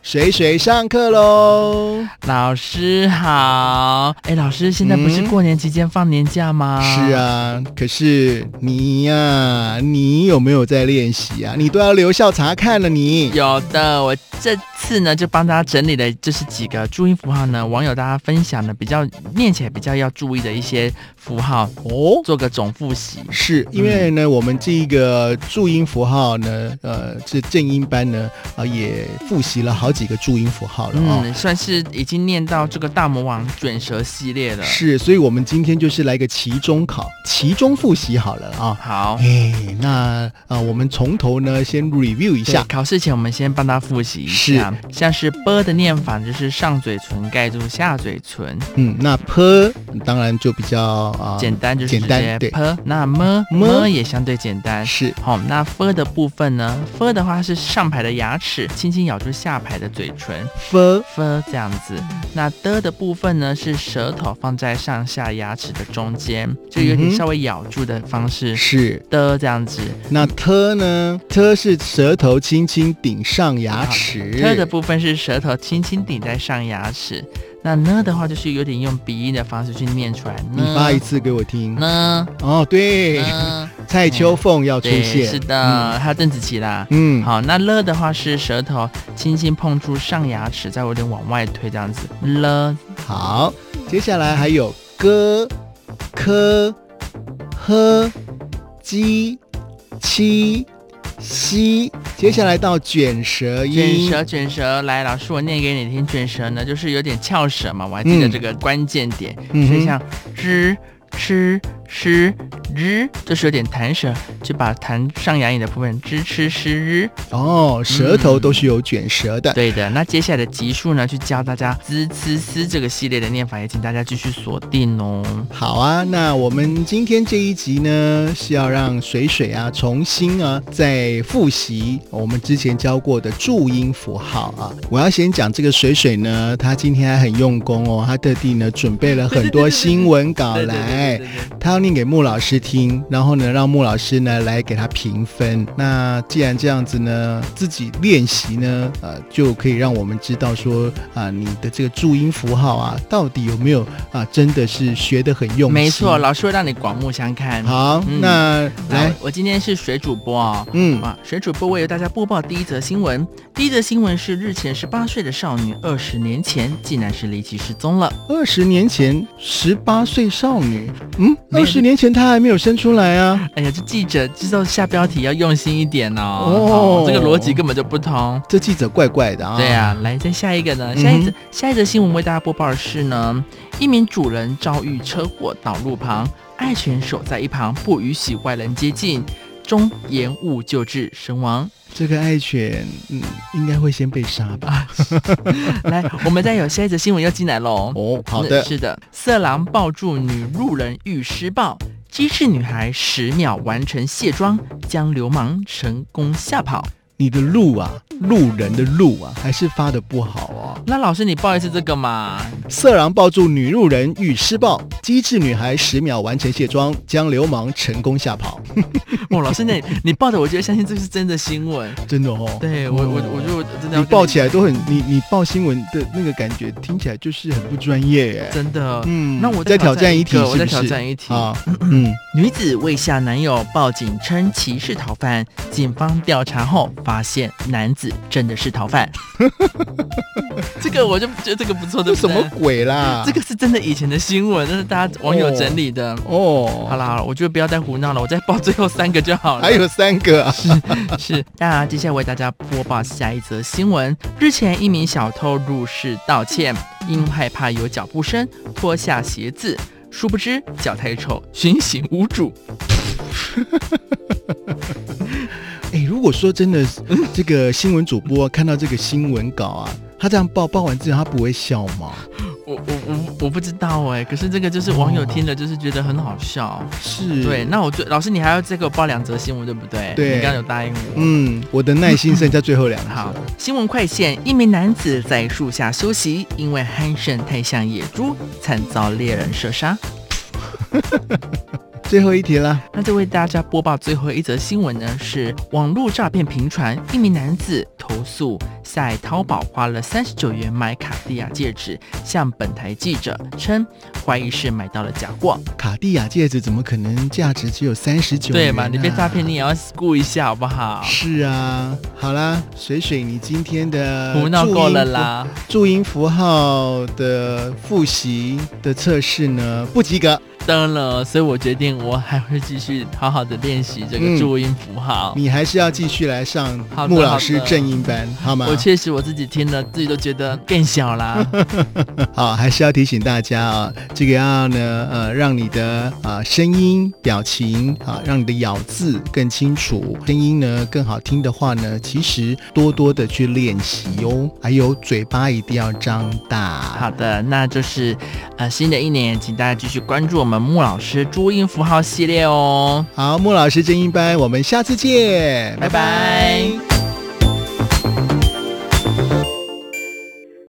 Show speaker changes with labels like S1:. S1: 水水上课喽！
S2: 老师好，哎，老师，现在不是
S1: 嗯
S2: 过年期间放年假吗？
S1: 是，啊，可是你呀、你有没有在练习啊？你都要留校查看了你，
S2: 有的。我这次呢，就帮大家整理了这是几个注音符号呢，网友大家分享的比较念起来比较要注意的一些符号，
S1: 哦。
S2: 做个总复习。
S1: 是因为呢，我们这个注音符号呢，呃，这正音班呢，啊、也复习了好几个注音符号了哦。
S2: 嗯，算是已经念到这个大魔王卷舌系列了。
S1: 是，所以我们今天就是来个期中考、期中复习好了啊。
S2: 好，
S1: 哎，那啊、呃我们从头呢先 review 一
S2: 对
S1: 下，
S2: 考试前我们先帮他复习一下，像是 b 的念法就是上嘴唇盖住下嘴唇，
S1: 嗯，那 p 当然就比较啊、
S2: 简单就是直
S1: 简单
S2: 接
S1: 对
S2: p。那 m
S1: m
S2: m 也相对简单。
S1: 是
S2: 好、那 f 的部分呢？f 的话是上排的牙齿轻轻咬住下排的嘴唇
S1: f
S2: ，f 这样子。那的的部分呢是舌头放在上下牙齿的中间，就有
S1: 嗯
S2: 点
S1: 哼
S2: 稍微咬住的方式。
S1: 是，
S2: 的这样子，
S1: 那 t 呢？t 是舌头轻轻顶上牙齿，
S2: 特的部分是舌头轻轻顶在上牙齿，那呢的话就是有点用鼻音的方式去念出来
S1: 你发一
S2: 呢
S1: 次给我听。
S2: 呢
S1: 哦，对，
S2: 呢，
S1: 蔡秋凤要出
S2: 嗯对，
S1: 现，
S2: 是的，还有邓紫棋啦。
S1: 嗯，嗯，
S2: 好，那了的话是舌头轻轻碰触上牙齿，再有点往外推这样子。了
S1: 好，接下来还有 g、k、h、j、q、x，接下来到卷舌
S2: 卷
S1: 音，
S2: 舌卷舌，来，老师我念给你听。卷舌呢就是有点翘舌嘛，我还记得
S1: 嗯
S2: 这个关键点，
S1: 嗯
S2: 所以
S1: 哼
S2: 像知、吃、诗、日，就是有点弹舌，就把弹上牙龈的部分知、吃、诗、日。
S1: 哦，舌头
S2: 嗯
S1: 都是有卷舌的，
S2: 对的，那接下来的集数呢，去教大家“滋滋滋”这个系列的念法，也请大家继续锁定哦。
S1: 好啊，那我们今天这一集呢，是要让水水啊重新啊再复习我们之前教过的注音符号啊。我要先讲这个水水呢，他今天还很用功哦，他特地呢准备 了很多新闻稿
S2: 对对对
S1: 来
S2: 对，对对
S1: 他要念给穆老师听，然后呢让穆老师呢来给他评分。那既然这样子呢，呃自己练习呢，呃，就可以让我们知道说啊、你的这个注音符号啊，到底有没有啊、真的是学得很用心。
S2: 没错，老师会让你刮目相看。
S1: 好，
S2: 嗯
S1: 那来
S2: 来，，我今天是水主播哦。
S1: 嗯，
S2: 啊，水主播为大家播报第一则新闻。第一则新闻是日前十八岁的少女，二十年前竟然是离奇失踪了。
S1: 二十年前，十八岁少女，嗯，
S2: 没
S1: 二
S2: 有
S1: 十年前她还没有生出来啊，
S2: 哎呀，这记者知道下标题要用心一点哦，
S1: 哦
S2: 哦这个逻辑根本就不通。
S1: 这记者怪怪的啊。
S2: 对啊，，来，再下一个呢？
S1: 嗯哼
S2: 下一则、下一则新闻为大家播报的是呢，一名主人遭遇车祸倒路旁，爱犬守在一旁不允许外人接近，终延误救治身亡。
S1: 这个爱犬，嗯，应该会先被杀吧？
S2: 来，我们再有下一则新闻要进来喽。
S1: 哦，好的，
S2: 嗯是的，色狼抱住女路人遇施暴，机智女孩十秒完成卸妆，将流氓成功吓跑。
S1: 你的路啊，路人的路啊，还是发的不好哦。
S2: 那老师，你报一次这个 嘛？
S1: 色狼抱住女路人遇施暴，机智女孩十秒完成卸妆，将流氓成功吓跑。
S2: 哦，老师，那你你报的，我觉得相信这是真的新闻。
S1: 真的哦，
S2: 对我，我
S1: 哦
S2: 我就真的要
S1: 你报起
S2: 来，
S1: 来都很，你你报新闻的那个感觉听起来就是很不专业耶。
S2: 真的。
S1: 嗯
S2: 那我
S1: 再挑战
S2: 一
S1: 一题
S2: 个我
S1: 是
S2: 再
S1: 不
S2: 挑
S1: 是？
S2: 战一题。
S1: 啊，嗯，
S2: 女子未向男友报警称其是逃犯，警方调查后发现男子真的是 逃犯。这个我就觉得这个不错，对
S1: 这
S2: 不
S1: 什
S2: 对？
S1: 么鬼啦？
S2: 这个是真的以前的新闻，这是大家网友整理的。
S1: 哦，
S2: 好啦，好啦我觉得不要再胡闹了，我再报最后三个就好了。
S1: 还有三个啊，
S2: 是，那接下来为大家播报下一则新闻。日前，一名小偷入室盗窃，因害怕有脚步声，脱下鞋子，殊不知脚太臭，寻衅无主。
S1: 哎，如果说真的，这个新闻主播看到这个新闻稿啊，他这样报报完之后，他不会笑吗？
S2: 我我我我不知道哎、可是这个就是网友
S1: 哦
S2: 听了就是觉得很好笑。
S1: 是，
S2: 对，那我最老师，你还要再给我报两则新闻，对不对？
S1: 对
S2: 你刚刚有答应我。
S1: 嗯，我的耐心剩下最后两个。
S2: 好，新闻快线：一名男子在树下休息，因为鼾声太像野猪，惨遭猎人射杀。
S1: 最后一题了，
S2: 那再为大家播报最后一则新闻呢，是网络诈骗频传，一名男子投诉在淘宝花了三十九元买卡地亚戒指，向本台记者称怀疑是买到了假货。
S1: 卡地亚戒指怎么可能价值只有三十九？啊
S2: 对嘛？你被诈骗，你也要顾一下好不好？
S1: 是啊，好啦，水水，你今天的
S2: 胡闹够了啦！
S1: 呃注音符号的复习的测试呢，不及格。
S2: 灯了，所以我决定我还会继续好好的练习这
S1: 嗯
S2: 个注音符号。
S1: 你还是要继续来上穆老师正音班，好吗？
S2: 我确实我自己听了，自己都觉得更小啦。
S1: 好，还是要提醒大家啊，这个要呢，呃，让你的啊、呃、声音、表情啊，让你的咬字更清楚，声音呢更好听的话呢，其实多多的去练习哦。还有嘴巴一定要张大。
S2: 好的，那就是呃新的一年，请大家继续关注我们。穆老师注音符号系列哦，
S1: 好，穆老师正音班，我们下次见，
S2: 拜拜。拜拜